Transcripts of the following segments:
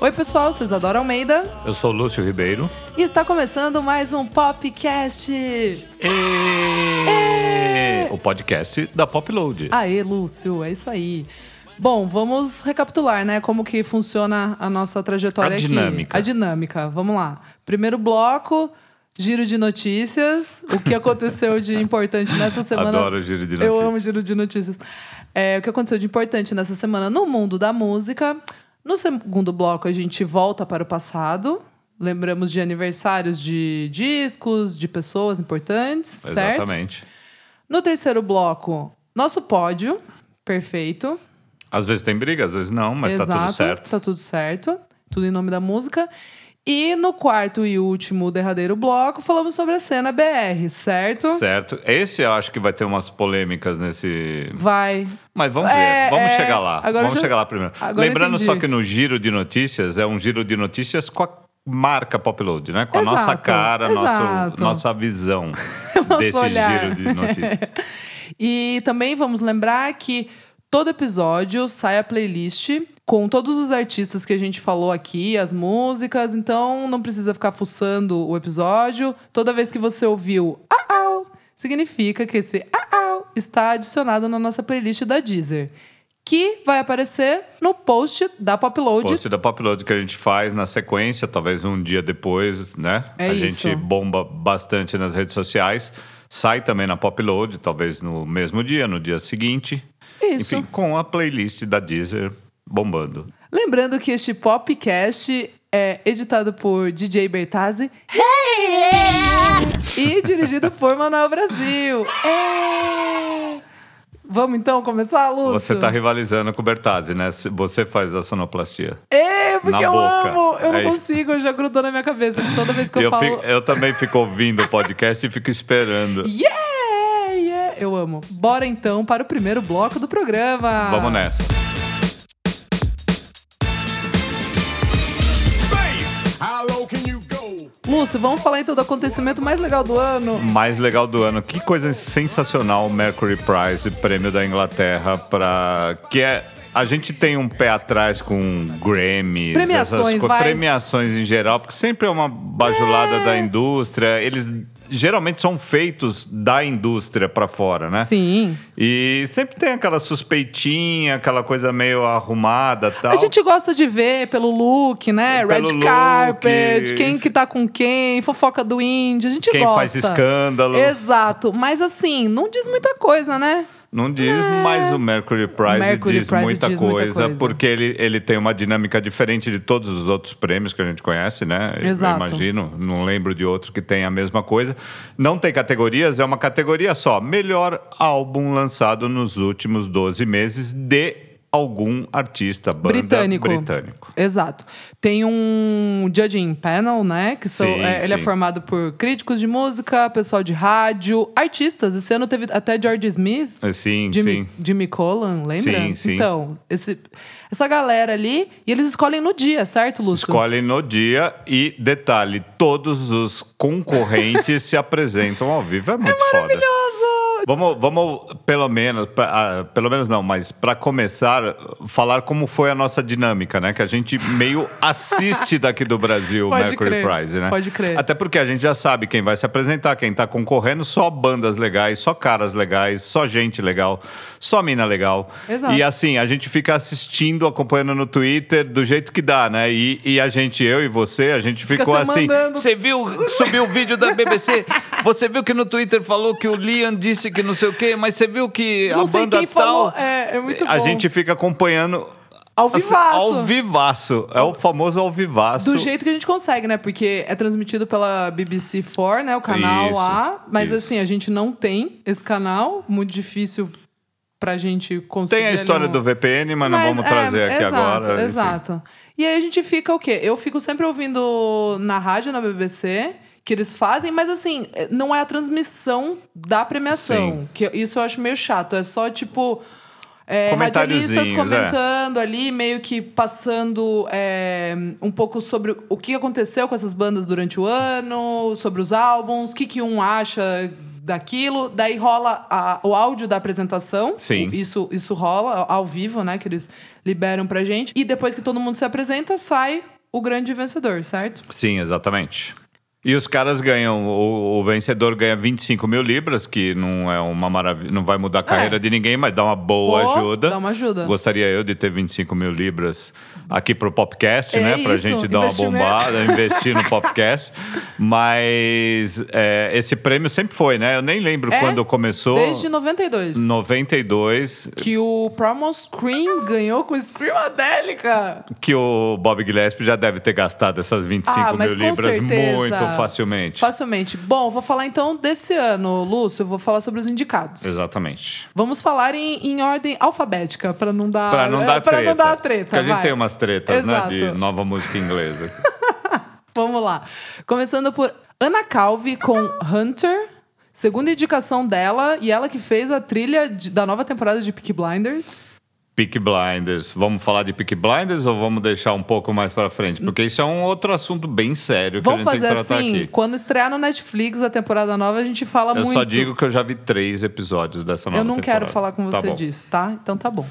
Oi, pessoal, eu sou Isadora Almeida Eu sou o Lúcio Ribeiro. e está começando mais um Popcast. É. O podcast da Popload. Aê, Lúcio, é isso aí. Bom, vamos recapitular, né? Como que funciona a nossa trajetória A aqui. dinâmica. A dinâmica, vamos lá. Primeiro bloco, giro de notícias. O que aconteceu de importante nessa semana? Adoro giro de Eu notícias. amo giro de notícias. É, o que aconteceu de importante nessa semana no mundo da música. No segundo bloco, a gente volta para o passado. Lembramos de aniversários de discos, de pessoas importantes, certo? Exatamente. No terceiro bloco, nosso pódio. Perfeito. Às vezes tem briga, às vezes não, mas Exato. tá tudo certo. Tá tudo certo. Tudo em nome da música. E no quarto e último, derradeiro bloco, falamos sobre a cena BR, certo? Certo. Esse eu acho que vai ter umas polêmicas nesse. Vai. Mas vamos É, ver, vamos é. chegar lá. Agora vamos eu já- chegar lá primeiro. agora eu Lembrando entendi. só que no giro de notícias é um giro de notícias com a marca Popload, né? Com a nossa Exato, cara, exato. nosso, nossa visão desse olhar. giro de notícias. E também vamos lembrar que todo episódio sai a playlist com todos os artistas que a gente falou aqui, as músicas, então não precisa ficar fuçando o episódio. Toda vez que você ouviu au, au, significa que esse au, au está adicionado na nossa playlist da Deezer, que vai aparecer no post da Popload. post da Popload que a gente faz na sequência, talvez um dia depois, né? É a isso. gente bomba bastante nas redes sociais. Sai também na Popload, talvez no mesmo dia, no dia seguinte. Isso. Enfim, com a playlist da Deezer bombando. Lembrando que este podcast é editado por DJ Bertazzi e dirigido por Manuel Brasil. É! Vamos então começar, Lúcio? Você tá rivalizando com o Bertazzi, né? Se- Você faz a sonoplastia. É, porque na eu boca. amo! Eu É não isso. consigo, já grudou na minha cabeça. que Toda vez que eu, Eu, falo. fico- eu também fico ouvindo o podcast e fico esperando. Yeah! Yeah! Eu amo. Bora então para o primeiro bloco do programa. Vamos nessa. How low can you go? Lúcio, vamos falar então do acontecimento mais legal do ano. mais legal do ano. Que coisa sensacional o Mercury Prize, prêmio da Inglaterra, para que é a gente tem um pé atrás com Grammys, Premiações, essas co- vai. É. premiações em geral, porque sempre é uma bajulada da indústria. Eles geralmente são feitos da indústria para fora, né? Sim. E sempre tem aquela suspeitinha, aquela coisa meio arrumada, tal. A gente gosta de ver pelo look, né? Pelo Red look, carpet, quem enfim. que tá com quem, fofoca do indie, a gente Quem gosta. faz escândalo. Exato, mas assim, não diz muita coisa, né? Não diz, mas o Mercury Prize Mercury diz, Prize muita, diz muita coisa, coisa. porque ele, ele tem uma dinâmica diferente de todos os outros prêmios que a gente conhece, né? Eu Exato. imagino, não lembro de outro que tenha a mesma coisa. Não tem categorias, é uma categoria só. Melhor álbum lançado nos últimos 12 meses de algum artista, banda Britânico. britânico. Exato. Tem um judging panel, né? Que são, Sim, é, ele é sim. formado por críticos de música, pessoal de rádio, artistas. Esse ano teve até George Smith. Eh, Sim, Jimmy, sim. Jimmy Collan, lembra? Sim, sim. Então, esse, essa galera ali, e eles escolhem no dia, certo, Lúcio? Escolhem no dia e, detalhe, todos os concorrentes se apresentam ao vivo. É muito foda. Vamos, vamos pelo menos, pra- ah, pelo menos não, mas para começar, falar como foi a nossa dinâmica, né? Que a gente meio assiste daqui do Brasil o Pode Mercury crer, Prize, né? pode crer. Até porque a gente já sabe quem vai se apresentar, quem tá concorrendo, só bandas legais, só caras legais, só gente legal, só mina legal. Exato. E assim, a gente fica assistindo, acompanhando no Twitter do jeito que dá, né? E, e a gente, eu e você, a gente ficou se assim. mandando. Você viu? Subiu o vídeo da BBC. Você viu que no Twitter falou que o Liam disse que não sei o quê, mas você viu que Não a sei banda quem tal. falou. É, é muito a bom. gente fica acompanhando. Ao assim, vivaço. Ao vivaço. É o famoso ao vivaço. Do jeito que a gente consegue, né? Porque é transmitido pela BBC4, né? O canal Isso, lá. Mas isso. assim, a gente não tem esse canal. Muito difícil pra gente conseguir. Tem a história ali um- do VPN, mas, não Mas, vamos é, trazer aqui exato, agora. enfim. Exato. E aí a gente fica o quê? Eu fico sempre ouvindo na rádio, na BBC, que eles fazem, mas assim, não é a transmissão da premiação. Sim. Que isso eu acho meio chato. É só tipo. É, Comentáriozinhos, radialistas é. comentando ali, meio que passando é, um pouco sobre o que aconteceu com essas bandas durante o ano, sobre os álbuns, o que, que um acha daquilo, daí rola a- o áudio da apresentação. Sim. O- Isso, isso rola ao vivo, né? Que eles liberam pra gente. E depois que todo mundo se apresenta, sai o grande vencedor, certo? Sim, exatamente. E os caras ganham, o, o vencedor ganha 25 mil libras, que não é uma maravilha, não vai mudar a carreira É. de ninguém, mas dá uma boa Pô, ajuda. dá uma ajuda. Gostaria eu de ter 25 mil libras aqui pro podcast, É né? Pra isso, gente dar uma investimento. bombada, investir no podcast. Mas é, esse prêmio sempre foi, né? Eu nem lembro É, quando começou. Desde 92. 92, Que o Promo Scream ganhou com Screamadélica. que o Bob Gillespie já deve ter gastado essas 25 Ah, mil mas com libras certeza. muito facilmente. Facilmente. Bom, vou falar então desse ano, Lúcio. Eu vou falar sobre os indicados. Exatamente. Vamos falar em, em ordem alfabética, pra não dar Pra não é, dar pra treta. não dar treta. Porque a gente vai. tem umas tretas, Exato. né? De nova música inglesa. Vamos lá. Começando por Ana Calvi com Hunter. Segunda indicação dela, e ela que fez a trilha de- da nova temporada de Peaky Blinders. Peak Blinders. Vamos falar de Peak Blinders ou vamos deixar um pouco mais pra frente? Porque isso é um outro assunto bem sério que Vamos a gente fazer tem que tratar assim, aqui. quando estrear no Netflix a temporada nova, a gente fala Eu muito. só digo que eu já vi três episódios dessa nova Eu não temporada. quero falar com Tá você bom. disso, tá? Então tá bom.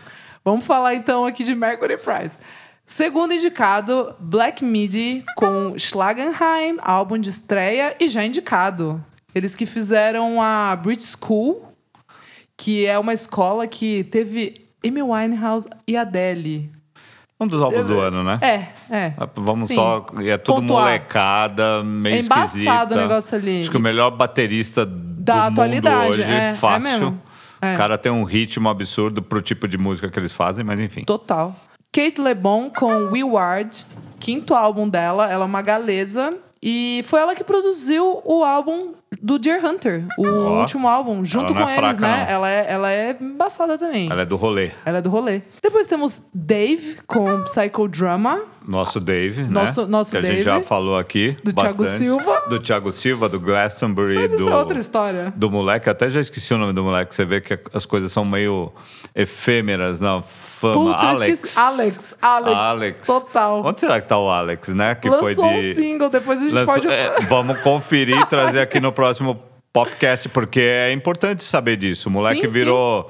Vamos falar então aqui de Mercury Prize. Segundo indicado, Black Midi com Schlagenheim, álbum de estreia e já indicado. Eles que fizeram a Brit School, que é uma escola que teve Amy Winehouse e Adele. Um dos álbuns do ano, né? É, é. Vamos Sim. só. É tudo Pontuar. molecada, meio É embaçado esquisita. o negócio ali. Acho que o melhor baterista do Da atualidade, mundo hoje, é, é fácil. mesmo. É. O cara tem um ritmo absurdo pro tipo de música que eles fazem, mas enfim. Total. Kate LeBon com We Ward, quinto álbum dela, ela é uma galesa. E foi ela que produziu o álbum do Deer Hunter, o Ó. último álbum, junto Ela não com é eles, fraca, né? não. Ela é, ela é embaçada também. Ela Ela é do rolê. é... do rolê. Depois temos Dave com Psychodrama, Nosso Dave, Nosso- né? nosso que a Dave. gente já falou aqui. Do Thiago bastante. Silva. Do Thiago Silva, do Glastonbury. mas do, isso é outra história. do moleque, até já esqueci o nome do moleque. Você vê que as coisas são meio efêmeras na fama. Puta, eu Alex. esqueci. Alex, Alex, total. Onde será que tá o Alex, né? Que foi de. Lançou um single, depois a gente Lançou- pode... é, vamos conferir e trazer aqui no próximo podcast, porque é importante saber disso. O moleque Sim, sim. virou.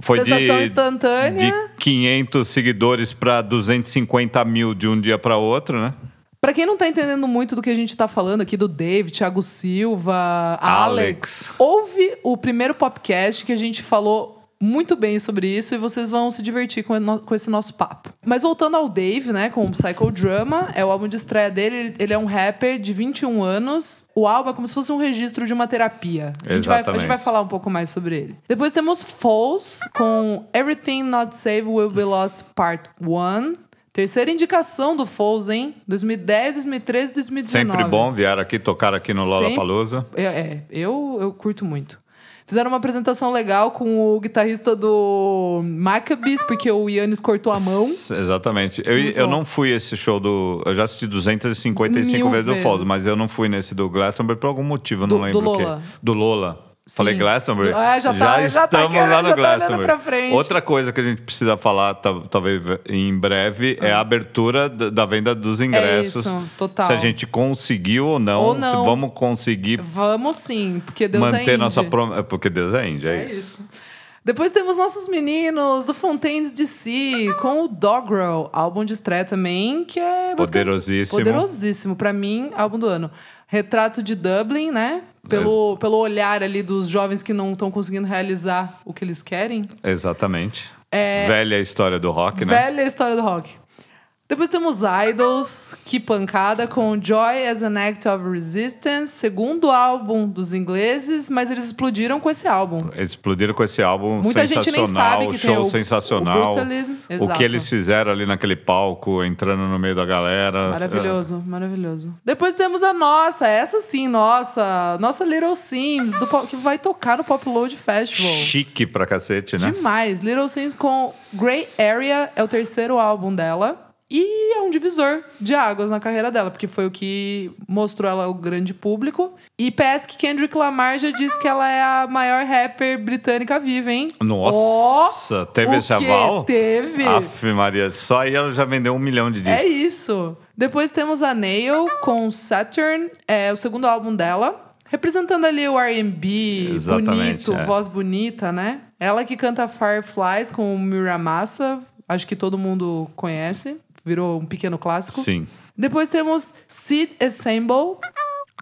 Foi de, Sensação instantânea. de 500 seguidores para 250 mil de um dia para outro, né? Pra quem não tá entendendo muito do que a gente tá falando aqui, do Dave, Thiago Silva, Alex, Alex. ouve o primeiro podcast que a gente falou muito bem sobre isso e vocês vão se divertir com, o no- com esse nosso papo. Mas voltando ao Dave, né, com o Psychodrama, é o álbum de estreia dele, ele- ele é um rapper de 21 anos. O álbum é como se fosse um registro de uma terapia. A gente, vai, a gente Exatamente. vai falar um pouco mais sobre ele. Depois temos Falls com Everything Not Saved Will Be Lost Part 1. Terceira indicação do Falls, hein? 2010, 2013, 2019. Sempre bom vieram aqui, tocar aqui no Sempre. Lollapalooza. É, é, eu, eu curto muito. Fizeram uma apresentação legal com o guitarrista do Maccabees, porque o Yannis cortou a mão. S- Exatamente. Eu, Muito eu bom. não fui esse show do. Eu já assisti 255 Mil vezes do vezes. Fold, mas eu não fui nesse do Glastonbury por algum motivo, eu Do- não lembro do o quê. Lola. Do Lola. Falei Glastonbury? Ah, já tá- já tá estamos querendo- lá no já tá olhando Glastonbury. pra frente. Outra coisa que a gente precisa falar, ta- talvez em breve, é a abertura da da venda dos ingressos. Ah. É isso, total. Se a gente conseguiu ou não, Ou não. se vamos conseguir Vamos sim, porque Deus é manter indie. nossa promessa. Porque Deus é índia, é, É isso. Depois temos nossos meninos do Fontaines DC com o Doggerel, álbum de estreia também, que é música- Poderosíssimo. Poderosíssimo, pra mim, álbum do ano. Retrato de Dublin, né? Pelo, pelo olhar ali dos jovens que não estão conseguindo realizar o que eles querem. Exatamente. É. Velha história do rock, né? Velha história do rock. Depois temos Idols, que pancada, com Joy as an Act of Resistance, segundo álbum dos ingleses, mas eles explodiram com esse álbum. Eles explodiram com esse álbum Muita gente nem sensacional, sabe que tem show o- o sensacional. Brutalism, o exato. que eles fizeram ali naquele palco, entrando no meio da galera. Maravilhoso, maravilhoso. Depois temos a nossa, essa sim, nossa, nossa Little Sims, do pop- que vai tocar no Pop Load É, Festival. chique pra cacete, né? Demais. Little Sims com Grey Area é o terceiro álbum dela. E é um divisor de águas na carreira dela, porque foi o que mostrou ela ao grande público. E PS que Kendrick Lamar já disse que ela é a maior rapper britânica viva, hein? Nossa, Ó, teve o esse quê? aval? Teve. Aff, Maria, só aí ela já vendeu um milhão de discos. É isso. Depois temos a Nail com Saturn, é o segundo álbum dela. representando ali o R&B, Exatamente, bonito, é. voz bonita, né? Ela que canta Fireflies com o Miramassa, acho que todo mundo conhece, virou um pequeno clássico. Sim. Depois temos Seed Assemble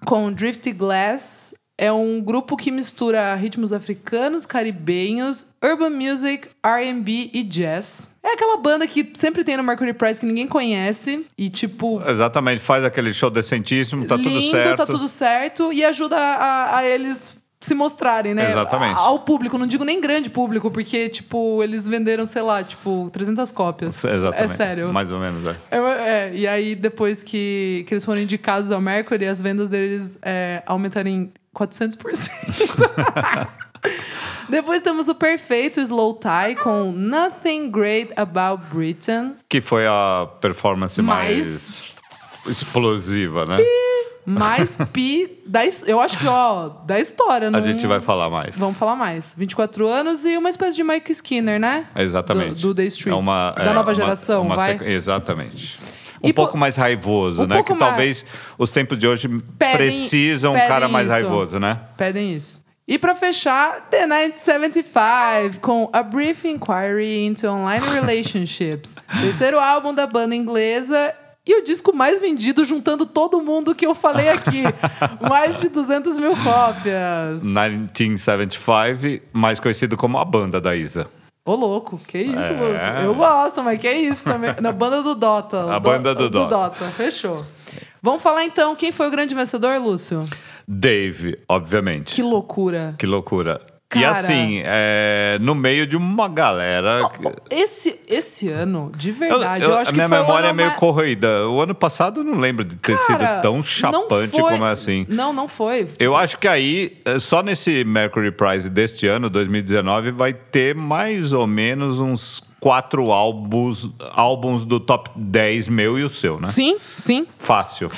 com Drift Glass. É um grupo que mistura ritmos africanos, caribenhos, urban music, R&B e jazz. É aquela banda que sempre tem no Mercury Prize que ninguém conhece e tipo Exatamente, faz aquele show decentíssimo, É, tá lindo, tudo certo. tá tudo certo e ajuda a, a eles se mostrarem, né? Exatamente. A- Ao público, não digo nem grande público, porque tipo eles venderam, sei lá, tipo 300 cópias. Exatamente. É sério. Mais ou menos, é. Eu- é, e aí, depois que, que eles foram indicados ao Mercury, as vendas deles é, aumentaram em 400%. depois temos o perfeito Slow Tie com Nothing Great About Britain. Que foi a performance mais, Mais- explosiva, né? Mais pi da... his- Eu acho que, ó, da história. A não- gente vai falar mais. Vamos falar mais. 24 anos e uma espécie de Mike Skinner, né? Exatamente. Do, do The Streets. da é, nova uma- geração, uma vai. sequ- Exatamente. Um E po- pouco mais raivoso, Um né? pouco Que mais- talvez os tempos de hoje Pedem- precisam um pedem cara mais isso. raivoso, né? Pedem isso. E pra fechar, The 1975 com A Brief Inquiry into Online Relationships, terceiro álbum da banda inglesa e o disco mais vendido juntando todo mundo que eu falei aqui, mais de 200 mil cópias. 1975, mais conhecido como a banda da Isa. Ô louco, que isso, É. Lúcio? Eu gosto, mas que isso também. Na banda do Dota. A Do- banda do Dota. fechou. Vamos falar então quem foi o grande vencedor, Lúcio? Dave, obviamente. Que loucura. Que loucura. E Cara. assim, é, no meio de uma galera. Esse, esse ano, de é verdade, eu, acho a que minha foi o memória é ano meio ma- corroída. O ano passado eu não lembro de ter Cara, sido tão não chapante foi- como assim. Não, não foi. Eu acho que aí, eh, só nesse Mercury Prize deste ano, 2019, vai ter mais ou menos uns quatro álbuns, álbuns do top 10 meu e o seu, né? Sim, sim. Fácil.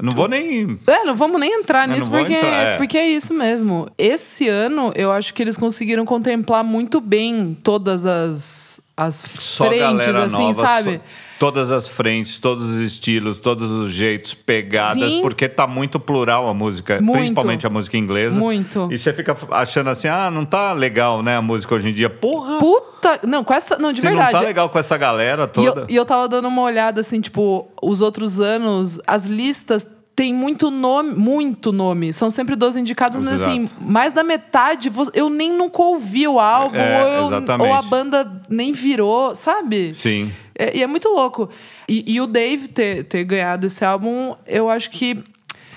Não vou nem. É, não vamos nem entrar não nisso vou porque, entrar, é. porque é isso mesmo. Esse ano, eu acho que eles conseguiram contemplar muito bem todas as, as Só frentes, galera assim, nova. sabe? só- todas as frentes, todos os estilos, todos os jeitos, pegadas, Sim. porque tá muito plural a música, Muito. principalmente a música inglesa. Muito. E você fica achando assim, ah, não tá legal, né, a música hoje em dia. Porra! Puta. Não, com essa. Não, de se verdade. é não tá legal com essa galera E toda. eu, e eu tava dando uma olhada, assim, tipo, os outros anos, as listas têm muito nome, muito nome. São sempre 12 indicados, mas Exato. assim, mais da metade, vo- eu nem nunca ouvi o álbum, É, ou, eu- exatamente. ou a banda nem virou, sabe? Sim. É- e é muito louco. E, e o Dave ter, ter ganhado esse álbum, eu acho que.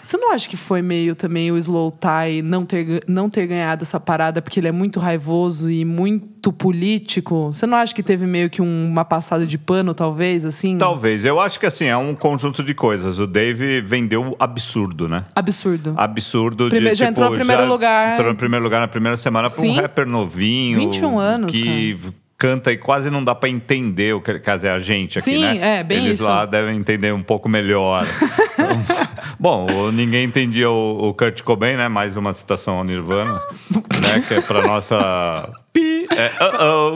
Você não acha que foi meio também o Slow Tie não ter, ga- não ter ganhado essa parada porque ele é muito raivoso e muito político? Você não acha que teve meio que um- uma passada de pano, talvez, assim? Talvez. Eu acho que assim, é um conjunto de coisas. O Dave vendeu absurdo, né? Absurdo. Absurdo Prime- de já tipo, entrou no primeiro lugar. Entrou no primeiro lugar na primeira semana pra um Sim. rapper novinho. 21 anos, Que canta e quase não dá pra entender o que quer dizer, a gente aqui, Sim, né? é, bem Eles isso. lá devem entender um pouco melhor. Então, Bom, o- ninguém entendia o, o Kurt Cobain, né? Mais uma citação ao Nirvana, né? Que é pra nossa. Pi, é, uh-oh,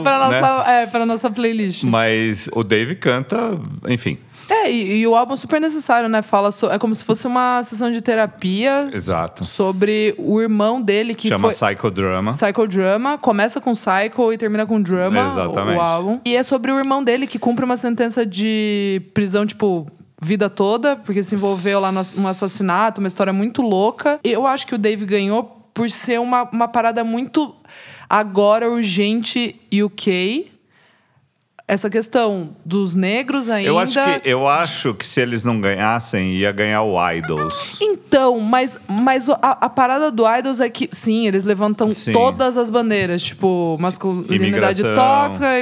Pra né? nossa, é, pra nossa playlist. Mas o Dave canta, enfim. É, e, e o álbum é super necessário, né? Fala so- é como se fosse uma sessão de terapia Exato. sobre o irmão dele que Chama foi... Psychodrama. Psychodrama, começa com Psycho e termina com Drama, Exatamente. o, o álbum. E é sobre o irmão dele que cumpre uma sentença de prisão, tipo, vida toda, porque se envolveu lá no ass- um assassinato, uma história muito louca. Eu acho que o Dave ganhou por ser uma, uma parada muito agora urgente UK. Essa questão dos negros ainda. Eu acho, que, eu acho que se eles não ganhassem, ia ganhar o Idols. Então, mas, mas o- a, a parada do Idols é que, sim, eles levantam Sim. todas as bandeiras, tipo, masculinidade Imigração. tóxica,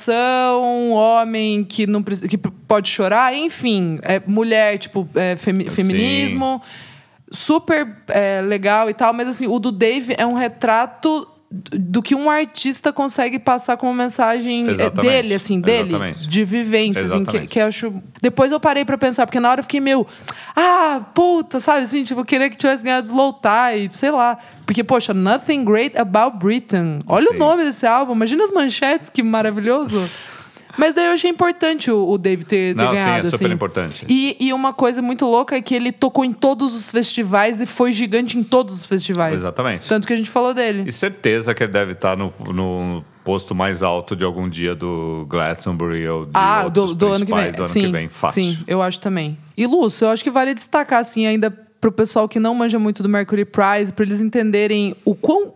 imigração, homem que, não, preci- que p- pode chorar, enfim, é, mulher, tipo, é, femi- feminismo. Super é, legal e tal, mas assim, o do Dave é um retrato do- do que um artista consegue passar como mensagem é, Exatamente. dele, assim, dele, Exatamente. de vivência, assim, que, Exatamente. que eu acho. Depois eu parei pra pensar, porque na hora eu fiquei meio. Ah, puta, sabe assim? Tipo, eu queria que tivesse ganhado Slow Tide, sei lá. Porque, poxa, Nothing Great About Britain. Olha Sim. o nome desse álbum, imagina as manchetes, que maravilhoso. Mas daí eu achei importante o, o Dave ter, ter Não, sim, ganhado. é super assim. importante. E, e uma coisa muito louca é que ele tocou em todos os festivais e foi gigante em todos os festivais. Exatamente. Tanto que a gente falou dele. E certeza que ele deve estar no, no posto mais alto de algum dia do Glastonbury ou de Ah, outros do, do ano que principais vem. do ano sim, que vem. Fácil. Sim, eu acho também. E Lúcio, eu acho que vale destacar, assim, ainda pro pessoal que não manja muito do Mercury Prize, pra eles entenderem o quão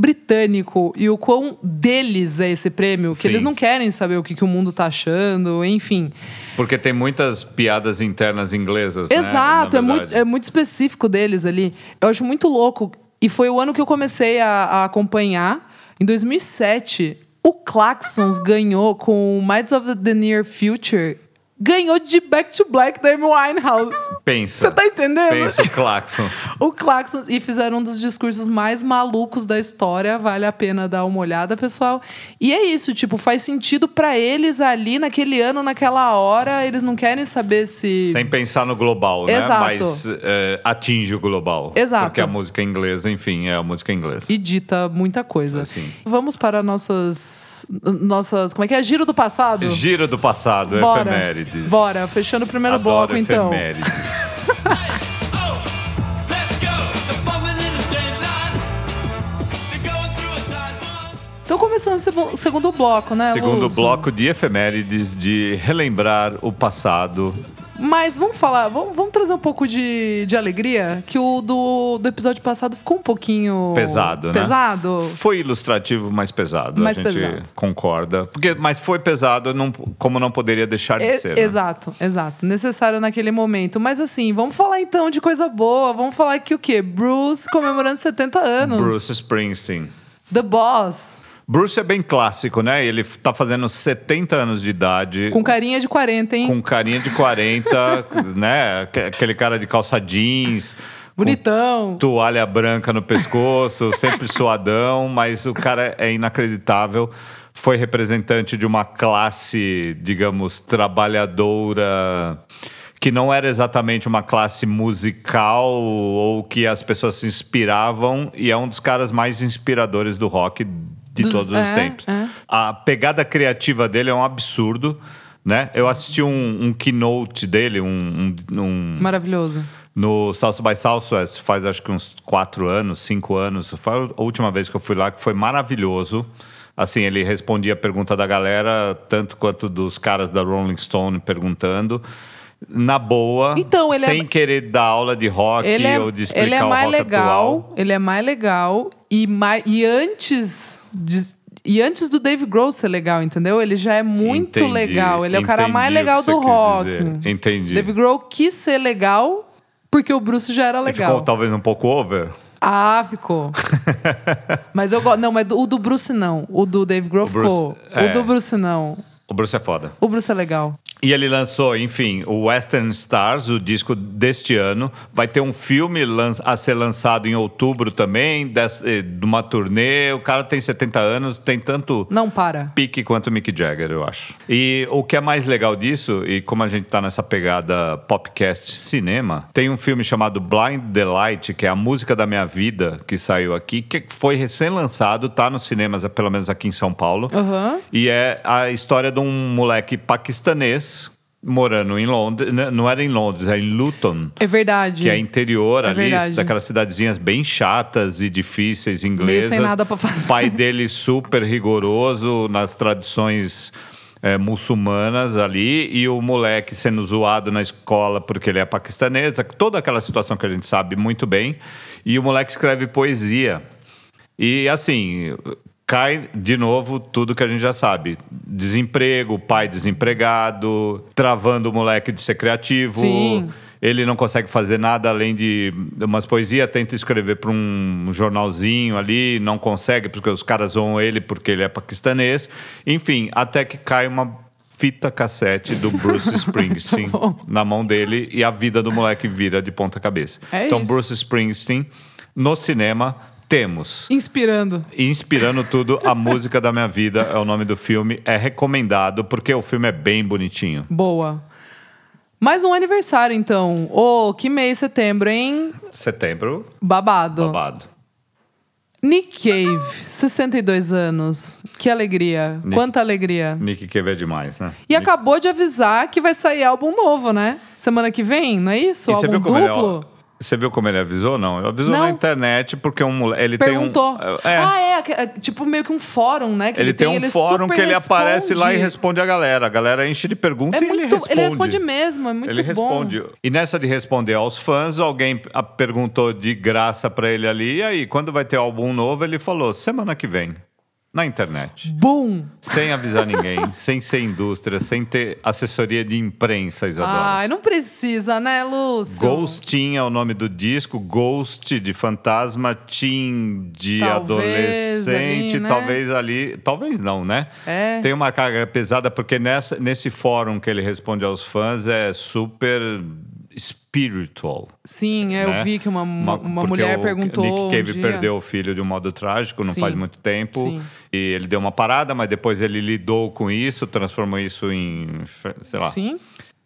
britânico e o quão deles é esse prêmio, que Sim. eles não querem saber o que, que o mundo tá achando, enfim. Porque tem muitas piadas internas inglesas, né, Exato, na é, muito, verdade. é muito específico deles ali. Eu acho muito louco. E foi o ano que eu comecei a, a acompanhar. Em 2007, o Claxons ganhou com Minds of the Near Future. Ganhou de Back to Black da Amy Winehouse. Pensa. Você tá entendendo? Pensa o Claxons. O Claxons. E fizeram um dos discursos mais malucos da história. Vale a pena dar uma olhada, pessoal. E é isso, tipo, faz sentido pra eles ali, naquele ano, naquela hora. Eles não querem saber se... Sem pensar no global, né? Exato. Mas é, atinge o global. Exato. Porque a música inglesa, enfim, é a música inglesa. e dita muita coisa. Assim. Vamos para nossas. Nossas. Como é que é? Giro do passado? Giro do passado, Bora. efemérides. Bora, fechando o primeiro Adoro bloco, então. efemérides. Oh, let's go. The bumping in a straight line. They're going through a tight one. Então começando o segu- segundo bloco, né? Segundo Lúcio? bloco de efemérides de relembrar o passado. Mas vamos falar, vamos, vamos trazer um pouco de, de alegria, que o do, do episódio passado ficou um pouquinho. Pesado, né? Pesado. Foi ilustrativo, mas pesado. Mas a gente pesado. concorda. Porque, mas foi pesado, não- como não poderia deixar de E- ser. né? Exato, exato. Necessário naquele momento. Mas assim, vamos falar então de coisa boa. Vamos falar que o quê? Bruce comemorando 70 anos. Bruce Springsteen. The Boss. Bruce é bem clássico, né? Ele f- tá fazendo 70 anos de idade. Com carinha de 40, hein? com carinha de 40, né? Aque- Aquele cara de calça jeans, Bonitão. toalha branca no pescoço, sempre suadão, mas o cara é inacreditável. Foi representante de uma classe, digamos, trabalhadora que não era exatamente uma classe musical ou que as pessoas se inspiravam e é um dos caras mais inspiradores do rock de Dos- todos os é, tempos. é. A pegada criativa dele é um absurdo, né? Eu assisti um, um keynote dele, um- um- um Maravilhoso. no South by Southwest faz acho que uns quatro anos, cinco anos. Foi a última vez que eu fui lá, que foi maravilhoso. Assim, ele respondia a pergunta da galera, tanto quanto dos caras da Rolling Stone perguntando. Na boa, Então, ele é- sem querer dar aula de rock Ele é, ou de explicar ele é o mais rock legal. atual. Ele é mais legal. E, mai, e antes de- E antes do Dave Grohl ser legal, entendeu? Ele já é muito Entendi, legal. Ele é o cara entendi mais o legal que você do quis rock. dizer. Entendi. Dave Grohl quis ser legal porque o Bruce já era Ele Ficou legal. talvez um pouco over. Ah, ficou. mas eu gosto. Não, mas o do Bruce não. O do Dave Grohl O Bruce- ficou. é. O do Bruce não. O Bruce é foda. O Bruce é legal. E ele lançou, enfim, o Western Stars, o disco deste ano. Vai ter um filme lan- a ser lançado em outubro também, des- eh, de uma turnê. O cara tem 70 anos, tem tanto Não para. pique quanto Mick Jagger, eu acho. E o que é mais legal disso, e como a gente tá nessa pegada podcast cinema, tem um filme chamado Blind Delight, que é a música da minha vida, que saiu aqui, que foi recém-lançado, tá nos cinemas, pelo menos aqui em São Paulo. Aham. E é a história de um moleque paquistanês morando em Londres, né? não era em Londres, era em Luton. É verdade. Que é interior É ali, verdade. daquelas cidadezinhas bem chatas e difíceis inglesas. Meio sem nada pra fazer. O pai dele super rigoroso nas tradições eh, muçulmanas ali. E o moleque sendo zoado na escola porque ele é paquistanesa. Toda aquela situação que a gente sabe muito bem. E o moleque escreve poesia. E assim, cai de novo tudo que a gente já sabe. Desemprego, pai desempregado, travando o moleque de ser criativo. Sim. Ele não consegue fazer nada além de umas poesias, tenta escrever para um jornalzinho ali, não consegue, porque os caras zoam ele porque ele é paquistanês. Enfim, até que cai uma fita cassete do Bruce Springsteen Tá bom. na mão dele e a vida do moleque vira de ponta cabeça. É então, isso. Bruce Springsteen, no cinema, temos Inspirando. Inspirando tudo, a música da minha vida é o nome do filme. É recomendado porque o filme é bem bonitinho. Boa. Mais um aniversário, então. Ô, que mês setembro, hein? Setembro, Babado. babado. Nick Cave, 62 anos. Que alegria. Quanta alegria. Nick Cave é demais, né? E acabou de avisar que vai sair álbum novo, né? Semana que vem, não é isso? E álbum você viu como duplo? ele você viu como ele avisou? Não, ele avisou Não. na internet porque um mole- ele Perguntou. tem um é, Ah, é, aque- é, Tipo meio que um fórum, né? que ele tem um fórum super que ele aparece lá e responde. responde a galera. A galera enche de pergunta É e muito, ele responde. mesmo, é muito Ele bom. responde. E nessa de responder aos fãs, alguém a- perguntou de graça pra ele ali. E aí, quando vai ter álbum novo, ele falou: semana que vem, na internet. Boom! Sem avisar ninguém, sem ser indústria, sem ter assessoria de imprensa, Isadora. Ai, não precisa, né, Lúcio? Ghostin é o nome do disco, Ghost de fantasma, Teen de Talvez adolescente, ali, né? talvez ali, talvez não, né? É. Tem uma carga pesada porque nessa, nesse fórum que ele responde aos fãs é super spiritual. Sim, é, eu né? vi que uma, uma, uma porque mulher o perguntou. Nick um Cave dia. perdeu o filho de um modo trágico, não Sim. faz muito tempo. Sim. E ele deu uma parada, mas depois ele lidou com isso, transformou isso em, sei lá, Sim.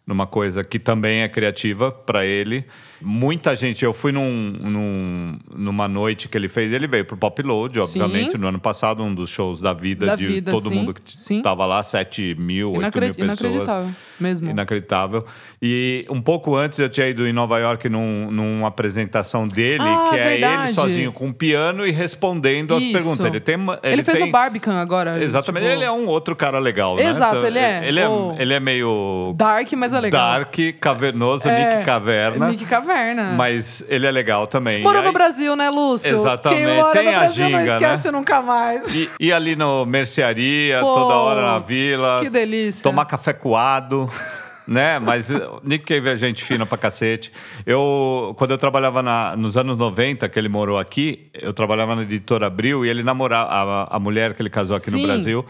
numa coisa que também é criativa para ele. Muita gente, eu fui num, num- numa noite que ele fez, ele veio pro Pop Load, obviamente, Sim. no ano passado, um dos shows da vida Da de vida, todo sim, mundo que sim. estava lá, 7 mil, 8 Inacre- mil pessoas. Inacreditável. Mesmo. Inacreditável. E um pouco antes eu tinha ido em Nova York num, numa apresentação dele, Ah, que é verdade. ele sozinho com um piano e respondendo as Isso. perguntas. Ele tem. uma- Ele, fez tem... no Barbican agora. Exatamente, tipo, ele é um outro cara legal, né? Exato, ele é. Ele é, O- ele é meio Dark, mas é legal. É, Dark, cavernoso, Nick Caverna. Nick Caverna. Mas ele é legal também. Morou E no aí- Brasil, né, Lúcio? Exatamente. Quem mora Tem no a Brasil não ginga, né? esquece nunca mais. E, e ali no Mercearia, Pô, toda hora na vila. que delícia. Tomar café coado. Né? Mas eh, Nick Cave é gente fina pra cacete. Eu, quando eu trabalhava na- nos anos 90, que ele morou aqui, eu trabalhava na editora Abril e ele namorava, a, a mulher que ele casou aqui Sim. no Brasil,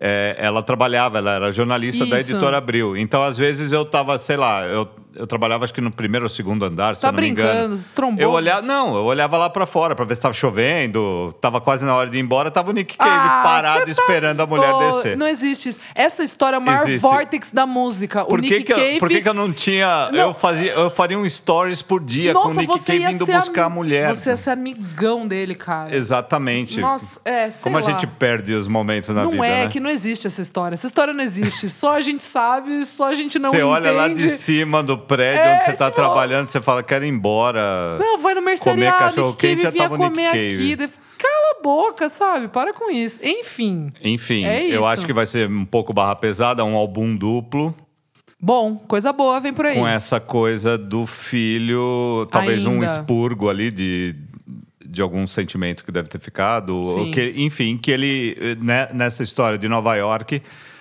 eh, ela trabalhava, ela era jornalista da Isso. editora Abril. Então, às vezes, eu tava, sei lá, eu, eu trabalhava acho que no primeiro ou segundo andar, se Tá eu não me engano. brincando, se trombou. Eu olhava, não, eu olhava lá pra fora pra ver se tava chovendo, tava quase na hora de ir embora, tava o Nick Cave Ah, parado cê tá esperando a mulher fo- descer. Não existe isso. Essa história é o maior Existe. vórtex da música. Por o que, Nick que, Cave... eu, por que, que eu não tinha. Não. Eu, fazia, eu faria um stories por dia com o Nossa, Nick você Cave ia indo ser am- buscar a mulher. Você ia ser amigão dele, cara. Exatamente. Nossa, é, sei Tipo, Como a lá. gente perde os momentos na não vida, é né? que não existe essa história. Essa história não existe. Só a gente sabe, só a gente não você entende. olha lá de cima do prédio É, onde você tá tipo- trabalhando, você fala, quero ir embora. Não, vai no mercearia, Comer ah, cachorro Nick Cave quente, já vinha tava o Nick comer aqui. Cave. De- Cala a boca, sabe? Para com isso. Enfim. Enfim, É eu isso. acho que vai ser um pouco barra pesada, um álbum duplo. Bom, coisa boa vem por aí. com essa coisa do filho, talvez um Ainda. expurgo ali de, de algum sentimento que deve ter ficado. Sim. ou que- enfim, que ele, eh, né, nessa história de Nova York,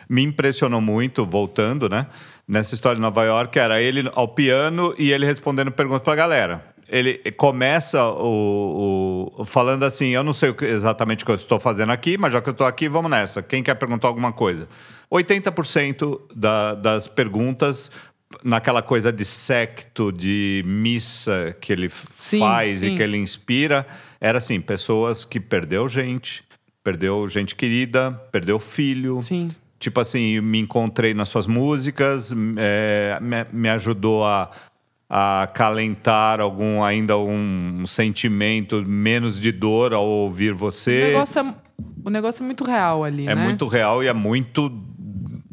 me impressionou muito, voltando, né? Nessa história de Nova York, era ele ao piano e ele respondendo perguntas pra galera. Ele começa o, o- falando assim: Eu não sei o que- exatamente o que eu estou fazendo aqui, mas já que eu estou aqui, vamos nessa. Quem quer perguntar alguma coisa? 80% da- das perguntas naquela coisa de secto, de missa que ele f- Sim, faz sim. e que ele inspira, era assim, pessoas que perdeu gente, perdeu gente querida, perdeu filho. Sim. Tipo assim, me encontrei nas suas músicas, m- é, me, me ajudou a a acalentar algum ainda um sentimento menos de dor ao ouvir O você. negócio é, o negócio é muito real ali, né? É muito real e é muito,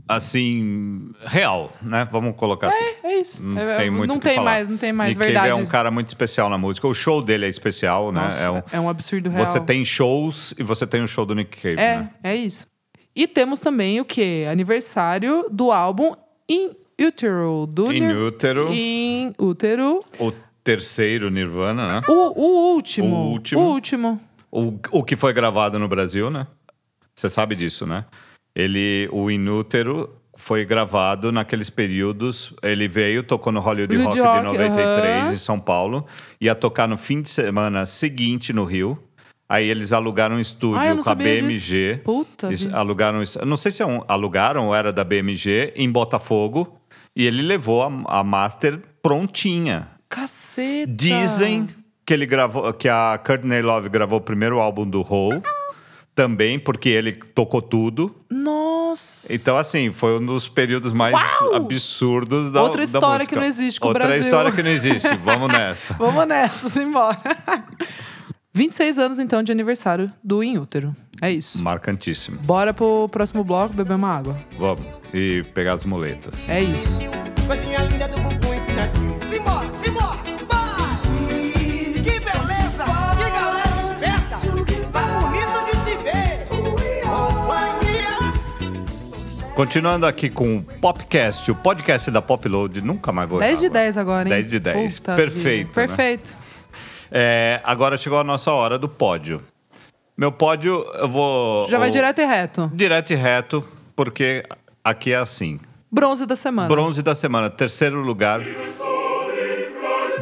assim, real, né? Vamos colocar assim. É isso. Não É- tem muito não o que tem falar. mais, não tem mais, Nick Cave verdade. é um cara muito especial na música. O show dele é especial, Nossa, né? É um- absurdo real. você tem shows e você tem o show do Nick Cave, É, né? é isso. E temos também o quê? Aniversário do álbum In Utero. Do In Nir- Utero. In Utero. O terceiro Nirvana, né? O, o último. O último. O último. O, o que foi gravado no Brasil, né? Você sabe disso, né? Ele, o Inútero, foi gravado naqueles períodos. Ele veio, tocou no Hollywood Hollywood Rock, Rock, de 93 aham. em São Paulo. Ia tocar no fim de semana seguinte no Rio. Aí eles alugaram um estúdio Ah, eu não com a sabia disso. BMG. Puta Eles vida. alugaram. um est- Não sei se é um, alugaram ou era da BMG em Botafogo. E ele levou a, a Master prontinha. Caceta. Dizem Tá. que ele gravou, que a Courtney Love gravou o primeiro álbum do Hole. Também, porque ele tocou tudo. Nossa. Então, assim, foi um dos períodos mais Uau! absurdos da Outra da história que música. não existe com o Outra Brasil. história que não existe. Vamos nessa. Vamos nessa, simbora. 26 anos, então, de aniversário do Inútero. É isso. Marcantíssimo. Bora pro próximo bloco beber uma água. Vamos. E pegar as muletas. É isso. Coisinha linda do bumbum empinadinho. Simbora, simbora, vai! Que beleza, que galera esperta! Tá bonito de se ver! Companhia! Continuando aqui com o Popcast, o podcast da Popload. Nunca mais vou 10 de errar agora. 10 agora, hein? 10 de 10. Puta Perfeito. vida. né? Perfeito. É, agora chegou a nossa hora do pódio. Meu pódio, eu vou. Já vai o- direto e reto. Direto e reto, porque aqui é assim. Bronze da semana. Bronze da semana, terceiro lugar.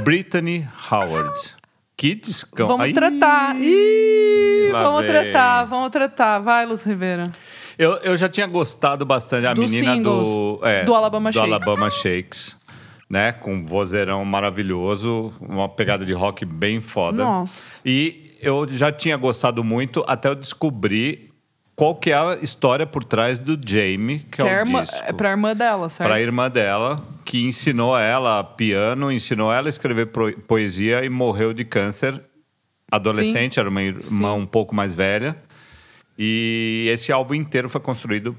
Brittany Howard. Que descão. Vamos Ai, tratar. Ih, Lá vamos vem. tratar, vamos tratar. Vai, Lúcio Ribeiro. Eu, eu já tinha gostado bastante. A Dos menina do, é, singles, do Alabama do Shakes. Alabama Shakes, Né? Com um vozeirão maravilhoso, uma pegada de rock bem foda. Nossa. E eu já tinha gostado muito até eu descobrir qual que é a história por trás do Jamie, Que que, é, a é o irmã, disco. é pra irmã dela, certo? Pra irmã dela, que ensinou ela piano, ensinou ela a escrever pro- poesia e morreu de câncer adolescente, era uma irmã Sim. um pouco mais velha. E esse álbum inteiro foi construído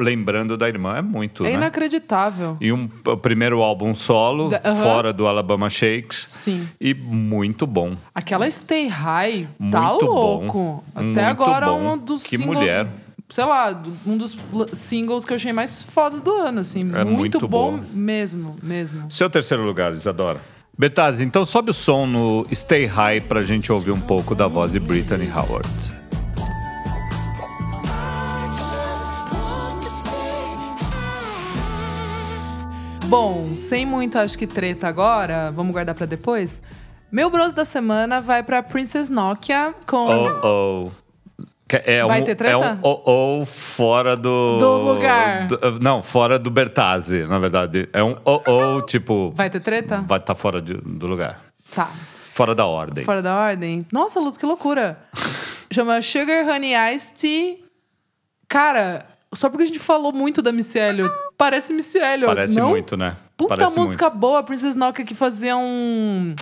lembrando da irmã, é muito, É né? inacreditável. E um p- primeiro álbum solo, Da- aham. fora do Alabama Shakes. Sim. E muito bom. Aquela Stay High tá Muito bom. louco. Até Muito agora é bom. um dos Que singles. mulher. Sei lá, do- um dos l- singles que eu achei mais foda do ano, assim. É muito bom, bom. mesmo, mesmo. Seu terceiro lugar, Isadora. Betaz, então sobe o som no Stay High pra gente ouvir um pouco da voz de Brittany Howard. Bom, sem muito acho que treta agora, vamos guardar pra depois. Meu bronze da semana vai pra Princess Nokia com. Oh, oh. Que É Vai um, ter treta? É um oh, oh fora do... Do lugar. do- eh, não, fora do Bertazzi, na verdade. É um oh, oh, tipo... Ah, Vai ter treta? Vai estar fora de- do lugar. Tá. Fora da ordem. Fora da ordem. Nossa, Luz, que loucura. Chama Sugar Honey Ice Tea. Cara, só porque a gente falou muito da Missy Elliott, parece Missy Elliott, Parece não? muito, né? Puta Parece música boa, Princess Nokia que fazia um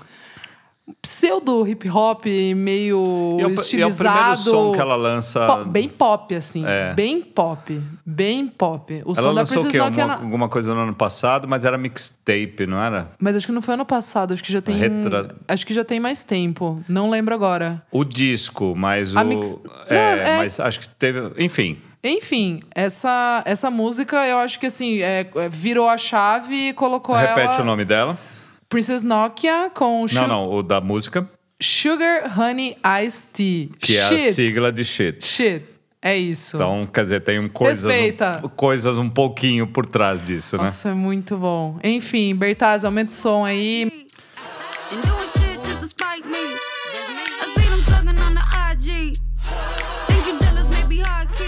pseudo hip hop meio muito. E é o, pr- e é o estilizado. primeiro som que ela lança... Po- bem pop, assim. É. Bem pop. Bem pop. O ela som da lançou o Princess quê? Nokia... Alguma- na- alguma coisa no ano passado, mas era mixtape, não era? Mas acho que não foi ano passado, acho que já tem... Retra- Acho que já tem mais tempo. Não lembro agora. O disco, mas A o... mix- É, Não, é- mas acho que teve... Enfim, Enfim, essa, essa música, eu acho que assim, é- é, virou a chave e colocou repete ela... o nome dela. Princess Nokia com Su- Não, não, o da música, Sugar Honey Ice Tea. que é Shit. a sigla de Shit. Shit. É isso. Então, quer dizer, tem um- coisas, Respeita. um, coisas um pouquinho por trás disso, né? Nossa, é muito bom. Enfim, Bertaz, aumenta o som aí. and doing shit just to spite me. I see them talking on the IG. Think you jealous, maybe high key.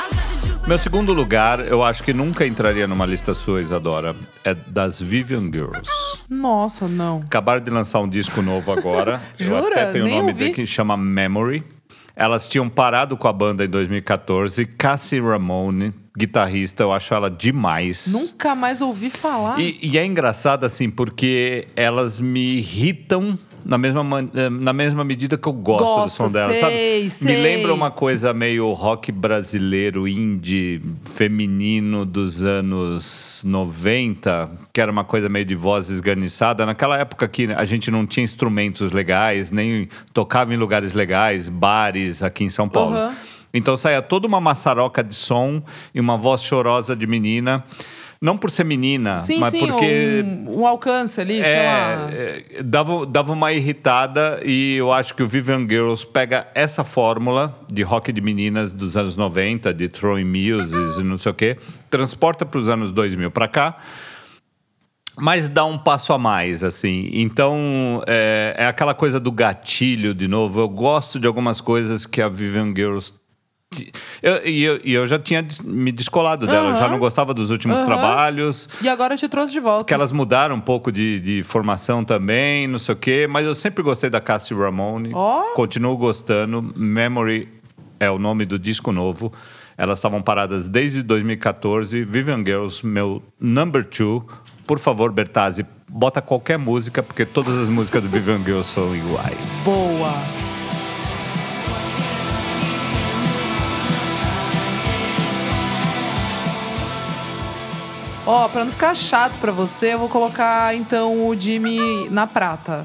I got the juice. I Meu got the segundo juice. lugar, eu acho que nunca entraria numa lista sua, Isadora, é das Vivian Girls. Nossa, não. Acabaram de lançar um disco novo agora. Eu Jura? até tenho o Nem nome ouvi. dele que chama Memory. Elas tinham parado com a banda em 2014. Cassie Ramone, guitarrista, eu acho ela demais. Nunca mais ouvi falar. E, e é engraçado, assim, porque elas me irritam na mesma, man- eh, na mesma medida que eu gosto Gosta, do som delas, sei, sabe? sei. Me lembra uma coisa meio rock brasileiro, indie, feminino dos anos 90, que era uma coisa meio de voz esganiçada. Naquela época que a gente não tinha instrumentos legais, nem tocava em lugares legais, bares aqui em São Paulo. Aham. Então saia toda uma maçaroca de som e uma voz chorosa de menina. Não por ser menina, sim, mas sim, porque. um, um alcance ali, sei lá. É, é, dava, dava uma irritada e eu acho que o Vivian Girls pega essa fórmula de rock de meninas dos anos 90, de Throwing Muses e não sei o quê, transporta para os anos 2000 para cá, mas dá um passo a mais, assim. Então, é, é aquela coisa do gatilho, de novo. Eu gosto de algumas coisas que a Vivian Girls. ti- eu- E eu, e eu já tinha des- me descolado dela, eu já Aham. não gostava dos últimos Aham. trabalhos. E agora eu te trouxe de volta. Porque elas mudaram um pouco de, de formação também, não sei o quê, mas eu sempre gostei da Cassie Ramone. Ó. Continuo gostando. Memory é o nome do disco novo. Elas estavam paradas desde 2014. Vivian Girls, meu number two. Por favor, Bertazzi, bota qualquer música, porque todas as músicas do Vivian Girls são iguais. Boa. Ó, pra não ficar chato pra você, eu vou colocar então o Jimmy na prata.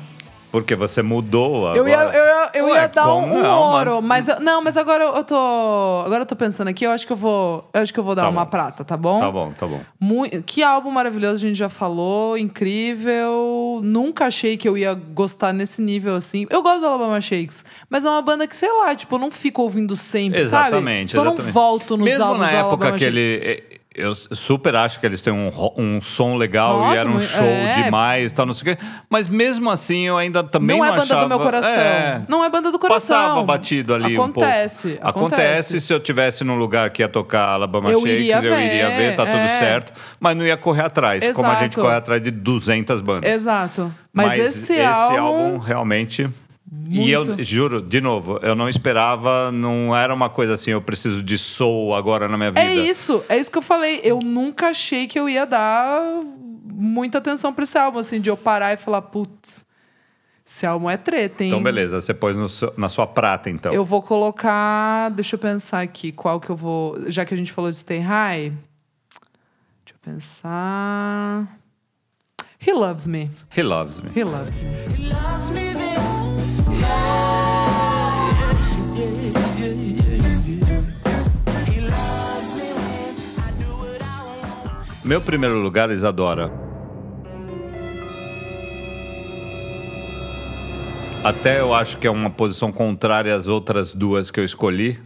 Porque você mudou agora. Eu ia, eu ia, eu Ué, ia dar um, como um não, mano? ouro, mas eu- não, mas agora eu tô, agora eu tô pensando aqui, eu acho que eu vou, eu acho que eu vou dar Tá uma bom. prata, tá bom? Tá bom, tá bom. Mui- que álbum maravilhoso a gente já falou, incrível. Nunca achei que eu ia gostar nesse nível assim. Eu gosto do Alabama Shakes, mas é uma banda que, sei lá, tipo, eu não fico ouvindo sempre, sabe? Exatamente, Tipo, exatamente. Eu não volto nos Mesmo álbuns na do Alabama época que Shakes. ele... eh, Eu super acho que eles têm um, ro- um som legal Nossa, e era um muito- show é. demais tal, não sei o quê. Mas mesmo assim, eu ainda também Não é não banda do meu achava- coração. É. Não é banda do coração. Passava batido ali um pouco. Acontece, acontece. Acontece se eu tivesse num lugar que ia tocar Alabama Eu Shakes, iria eu iria ver, ver, tá é. tudo certo. Mas não ia correr atrás, como a gente Exato. corre atrás de 200 bandas. Exato. Mas, esse, álbum realmente. Muito. E eu juro, de novo, eu não esperava, não era uma coisa assim, eu preciso de soul agora na minha vida. É isso, é isso que eu falei. Eu nunca achei que eu ia dar muita atenção pra esse álbum, assim, de eu parar e falar, putz, esse álbum é treta, hein? Então, beleza, você pôs no seu- na sua prata, então. Eu vou colocar. Deixa eu pensar aqui qual que eu vou. Já que a gente falou de Stay High. Deixa eu pensar. He loves me. He loves me. He loves me. É Meu primeiro lugar, Isadora. Até eu acho que é uma posição contrária às outras duas que eu escolhi.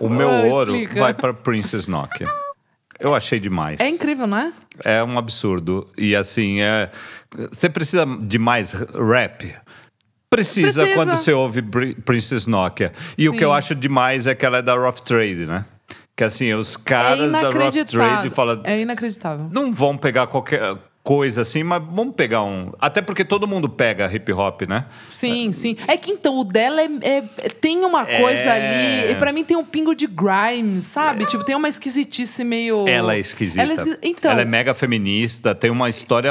O meu Ah, ouro explica. vai para Princess Nokia. Eu achei demais. É incrível, não é? É um absurdo. E assim, é... você precisa de mais rap? Precisa, Precisa. quando você ouve Bri- Princess Nokia. E o Sim. que eu acho demais é que ela é da Rough Trade, né? Que assim, os é caras da Rough Trade inacreditável. falam. É inacreditável. Não vão pegar qualquer coisa assim, mas vamos pegar um. Até porque todo mundo pega hip hop, né? Sim, sim. É que então, o dela é, é- é- tem uma coisa ali. E pra mim tem um pingo de grime, sabe? Tipo, tem uma esquisitice meio. É. Ela é esquisita. Ela é, esqui- Então, Ela é mega feminista, tem uma história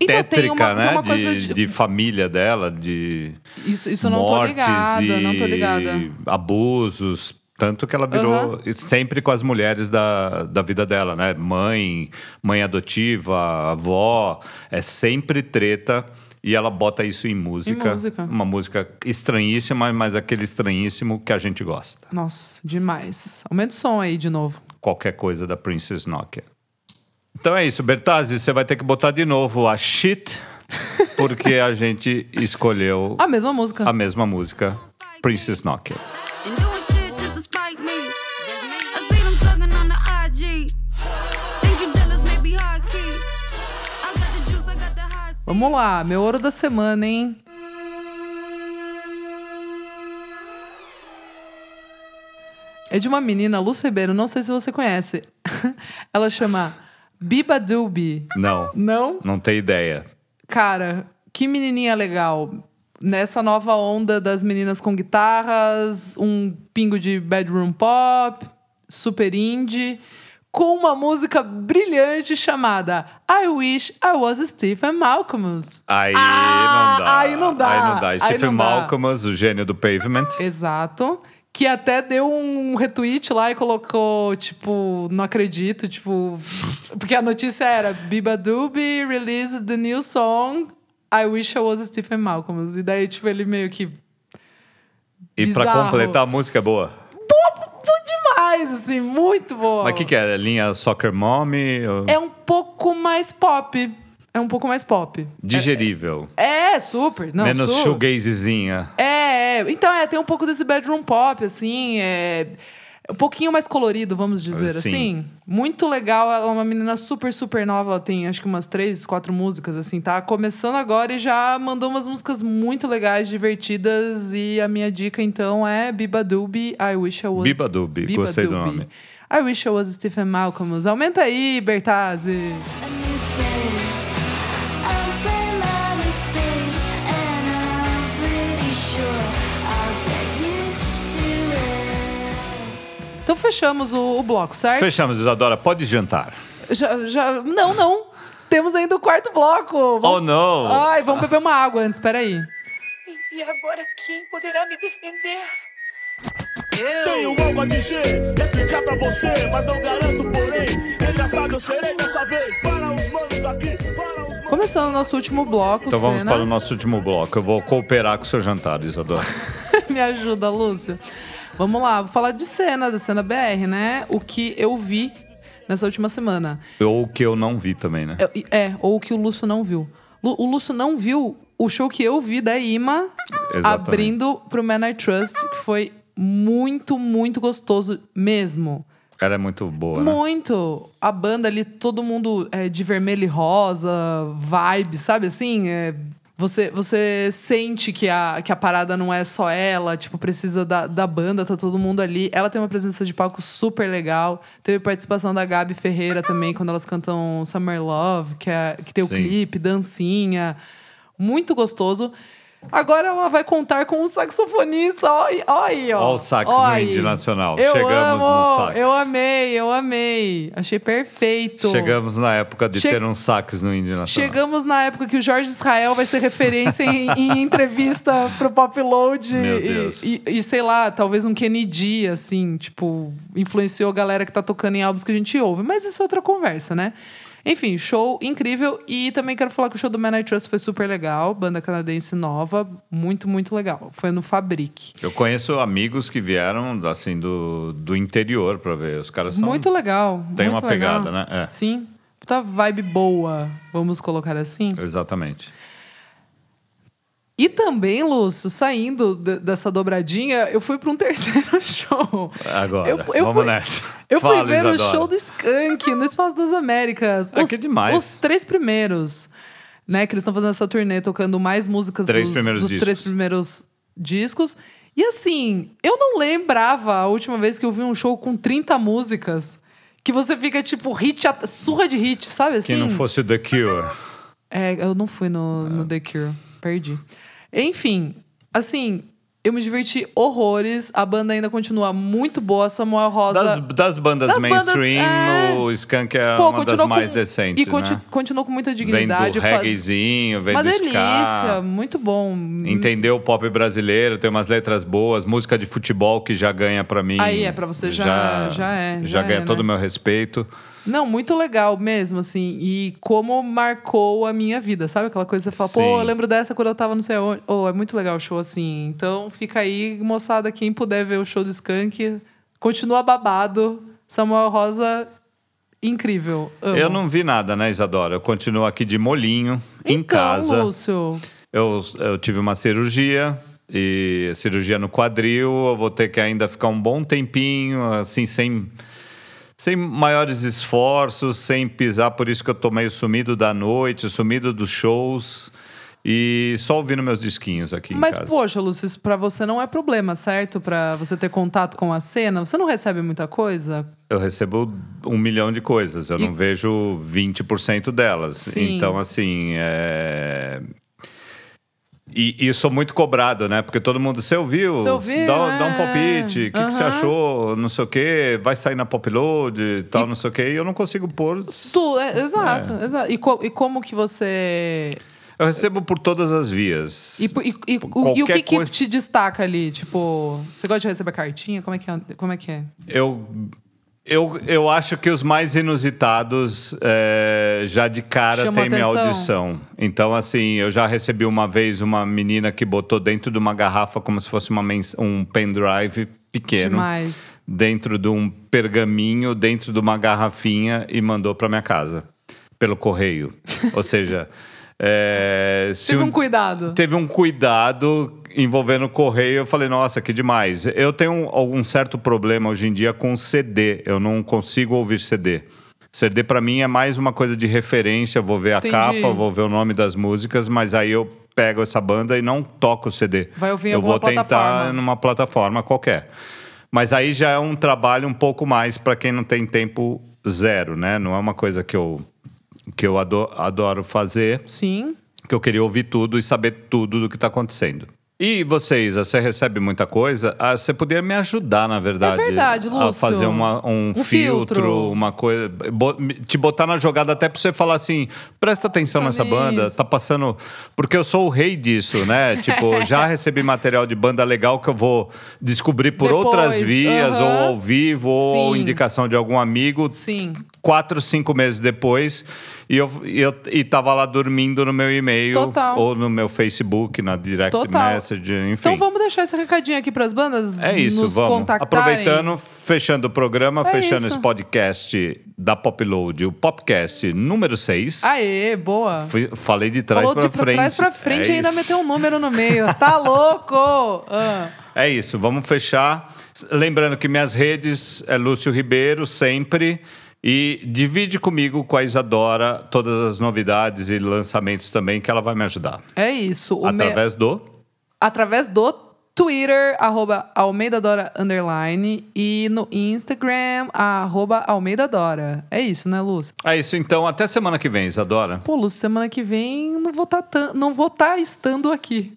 Então, tem tétrica, uma- tem né? uma de, coisa de- de... família dela, de isso, isso eu não tô mortes ligada, e não tô ligada. abusos. Tanto que ela virou Aham. sempre com as mulheres da, da vida dela, né? Mãe, mãe adotiva, avó. É sempre treta. E ela bota isso em música. música. Uma música estranhíssima, mas aquele estranhíssimo que a gente gosta. Nossa, demais. Aumenta o som aí de novo. qualquer coisa da Princess Nokia. Então é isso, Bertazzi, você vai ter que botar de novo a shit, porque a gente escolheu A mesma música. a mesma música, Princess Nokia. And doing shit just to spite me. I see them talking on the IG. Think you jealous, maybe high key. I got the juice, I got the high seas. Vamos lá, meu ouro da semana, hein? É de uma menina, Lúcia Ribeiro, não sei se você conhece. Ela chama Biba Dubi. Não, Não? não tem ideia. Cara, que menininha legal. Nessa nova onda das meninas com guitarras, um pingo de bedroom pop, super indie, com uma música brilhante chamada I Wish I Was Stephen Malcolmus. Aí Ah, não dá. aí não dá, Aí não dá. aí Stephen não dá. Malcolm, o gênio do pavement. Exato. Que até deu um retweet lá e colocou, tipo, não acredito, tipo. Porque a notícia era: Biba Doobie releases the new song I Wish I Was Stephen Malcolm. E daí, tipo, ele meio que. E pra Bizarro. completar, a música é boa. Demais, assim, muito boa. Mas o que, que é? Linha Soccer Mommy? Ou- É um pouco mais pop. É um pouco mais pop. Digerível. É, super. Não, Menos super. shoegazezinha. É, é. então é, tem um pouco desse bedroom pop, assim, é um pouquinho mais colorido, vamos dizer Sim. assim. Muito legal, ela é uma menina super, super nova, ela tem acho que umas três, quatro músicas, assim, tá começando agora e já mandou umas músicas muito legais, divertidas, e a minha dica então é Biba Dubi, I Wish I Was... Biba Dubi, gostei do nome. I Wish I Was Stephen Malcolmus. Aumenta aí, Bertazzi! Então fechamos o, o bloco, certo? Fechamos, Isadora, pode jantar. Já, já, não, não. Temos ainda o quarto bloco. Oh, Vamos... não. Ai, vamos beber uma água antes, peraí. E agora quem poderá me defender? Tenho um algo a dizer, explicar pra você, mas não garanto, porém. Engraçado, eu serei dessa vez. Para os manos daqui, para os manos. Começando o nosso último bloco, Então vamos Senna. para o nosso último bloco. Eu vou cooperar com o seu jantar, Isadora. Me ajuda, Lúcio. Vamos lá, vou falar de cena, da cena BR, né? O que eu vi nessa última semana. Ou o que eu não vi também, né? É, é, ou o que o Lúcio não viu. Lu- o Lúcio não viu o show que eu vi da Ima Exatamente. abrindo pro Man I Trust, que foi muito, muito gostoso mesmo. Ela é muito boa, né? Muito! A banda ali, todo mundo é, de vermelho e rosa, vibe, sabe assim? É, você, você sente que a, que a parada não é só ela, tipo, precisa da, da banda, tá todo mundo ali. Ela tem uma presença de palco super legal. Teve participação da Gabi Ferreira também, quando elas cantam Summer Love, que, é, que tem o Sim. clipe, dancinha. Muito gostoso. Agora ela vai contar com um saxofonista. Ó, aí, ó aí, ó. Ó o sax Ó no aí. Indie Nacional. Eu Chegamos amo, no sax. Eu amei, eu amei. Achei perfeito. Chegamos na época de Che- ter um sax no Indie Nacional. Chegamos na época que o Jorge Israel vai ser referência em, em entrevista pro Pop Load. Meu e- Deus. E, e sei lá, talvez um Kennedy, assim, tipo, influenciou a galera que tá tocando em álbuns que a gente ouve. Mas isso é outra conversa, né? Enfim, show incrível. E também quero falar que o show do Man I Trust foi super legal. Banda canadense nova. Muito, muito legal. Foi no Fabric. Eu conheço amigos que vieram, assim, do, do interior pra ver. Os caras são... Muito legal. um- Tem muito uma pegada, legal. né? É. Sim. Puta vibe boa, vamos colocar assim. Exatamente. E também, Lúcio, saindo de- dessa dobradinha, eu fui para um terceiro show. Agora, Eu- eu vamos fui- nessa. Eu fui Fala, ver o Isadora. show do Skank no Espaço das Américas. Ah, que demais. Os três primeiros, né? Que eles estão fazendo essa turnê, tocando mais músicas Três dos, primeiros dos discos. três primeiros discos. E assim, eu não lembrava a última vez que eu vi um show com 30 músicas. Que você fica, tipo, hit, at- surra de hit, sabe assim? Que não fosse o The Cure. É, eu não fui Ah. no, no The Cure. Perdi. Enfim, assim, eu me diverti horrores. A banda ainda continua muito boa. Samuel Rosa. Das, das bandas é, Das bandas, mainstream, é. o Skank é pô, uma das continuou mais com, decentes, E conti- né? continuou com muita Vem dignidade. do faz- reggaezinho, vem Uma do delícia, ska. muito bom. Entendeu o pop brasileiro, tem umas letras boas, música de futebol que já ganha pra mim. Aí é, pra você já- já é, Já, já ganha é, né? todo o meu respeito. Não, muito legal mesmo, assim. E como marcou a minha vida, sabe? Aquela coisa que você fala, Sim. pô, eu lembro dessa quando eu tava não sei onde. Oh, é muito legal o show, assim. Então fica aí, moçada, quem puder ver o show do Skank, continua babado. Samuel Rosa, incrível. Amo. Eu não vi nada, né, Isadora? Eu continuo aqui de molinho, em então, casa. Lúcio, Eu, eu tive uma cirurgia. E cirurgia no quadril, eu vou ter que ainda ficar um bom tempinho, assim, sem, sem maiores esforços, sem pisar. Por isso que eu tô meio sumido da noite, sumido dos shows e só ouvindo meus disquinhos aqui. mas em casa. poxa, Lúcio, isso pra você não é problema, certo? Pra você ter contato com a cena, você não recebe muita coisa? Eu recebo um milhão de coisas, eu não vejo 20% delas. Sim. Então, assim. É... E, e eu sou muito cobrado, né? Porque todo mundo, você ouviu? Você ouviu, Dá, dá um é. palpite, o que, que você Aham. achou? Não sei o quê, vai sair na popload e tal, não sei o quê. E eu não consigo pôr. Tu, é, exato, exato. E, co- e como que você Eu recebo por todas as vias. E, por- e- e- o, Qualquer e o que, que coisa- te destaca ali? Tipo, você gosta de receber cartinha? Como é que é? Como é, que é? Eu, eu, eu acho que os mais inusitados é, já de cara Chamam tem minha atenção. audição. Então, assim, eu já recebi uma vez uma menina que botou dentro de uma garrafa como se fosse uma mens- um pendrive pequeno. Demais. Dentro de um pergaminho, dentro de uma garrafinha e mandou para minha casa. Pelo correio. Ou seja... É, se Tive um um- cuidado. teve um cuidado envolvendo o correio. Eu falei, nossa, que demais. Eu tenho um, algum certo problema hoje em dia com CD. Eu não consigo ouvir CD. CD pra mim é mais uma coisa de referência. Eu Vou ver a Entendi. capa, vou ver o nome das músicas, mas aí eu pego essa banda e não toco o CD. Vai ouvir em Eu alguma vou tentar plataforma. numa plataforma qualquer. Mas aí já é um trabalho um pouco mais pra quem não tem tempo zero, né? Não é uma coisa que eu que eu ado- adoro fazer Sim. que eu queria ouvir tudo e saber tudo do que está acontecendo. E você, Isa, você recebe muita coisa? Ah, você poderia me ajudar, na verdade. É verdade, A Lúcio. fazer uma- um, Um filtro, filtro. uma coisa. bo- te botar na jogada até pra você falar assim: presta atenção Pensa nessa banda, nisso. tá passando. Porque eu sou o rei disso, né? tipo, já recebi material de banda legal que eu vou descobrir por Depois, outras vias, aham. ou ao vivo, ou Sim. indicação de algum amigo. Sim. Quatro, cinco meses depois, e eu, e eu e tava lá dormindo no meu e-mail Total. ou no meu Facebook, na direct Total. message, enfim. Então vamos deixar esse recadinho aqui pras bandas é isso, nos vamos. contactarem. Aproveitando, fechando o programa, É fechando isso. esse podcast da Popload, o podcast número 6. Aê, boa. Fui- falei de trás Falou pra de frente. trás pra frente é e ainda isso. meteu um número no meio. Tá louco? Ah. É isso, vamos fechar. S- Lembrando que minhas redes é Lúcio Ribeiro, sempre. E divide comigo com a Isadora todas as novidades e lançamentos também, que ela vai me ajudar. É isso. O me- Através do. através do Twitter, arroba Almeida Dora Underline, e no Instagram, arroba Almeida Dora. É isso, né, Lúcio? É isso, então. Até semana que vem, Isadora. Pô, Lúcio, semana que vem não vou tá tan- não vou estar estando aqui.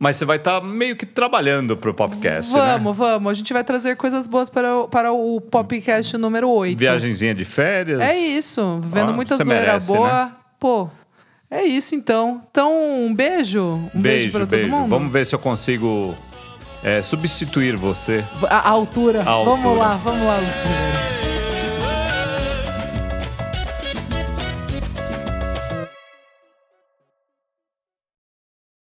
Mas você vai estar meio que trabalhando pro podcast, né? Vamos, então. vamos. A gente vai trazer coisas boas para o, para o podcast número 8. Viagenzinha de férias. É isso. Vendo Ah, muita você zoeira merece, né? boa. Pô, é isso então. Então, um beijo. Um beijo, Beijo, para beijo. todo mundo. Vamos ver se eu consigo é, substituir você. A, a altura. A Vamos altura. lá, vamos lá, Lúcio. Ribeiro.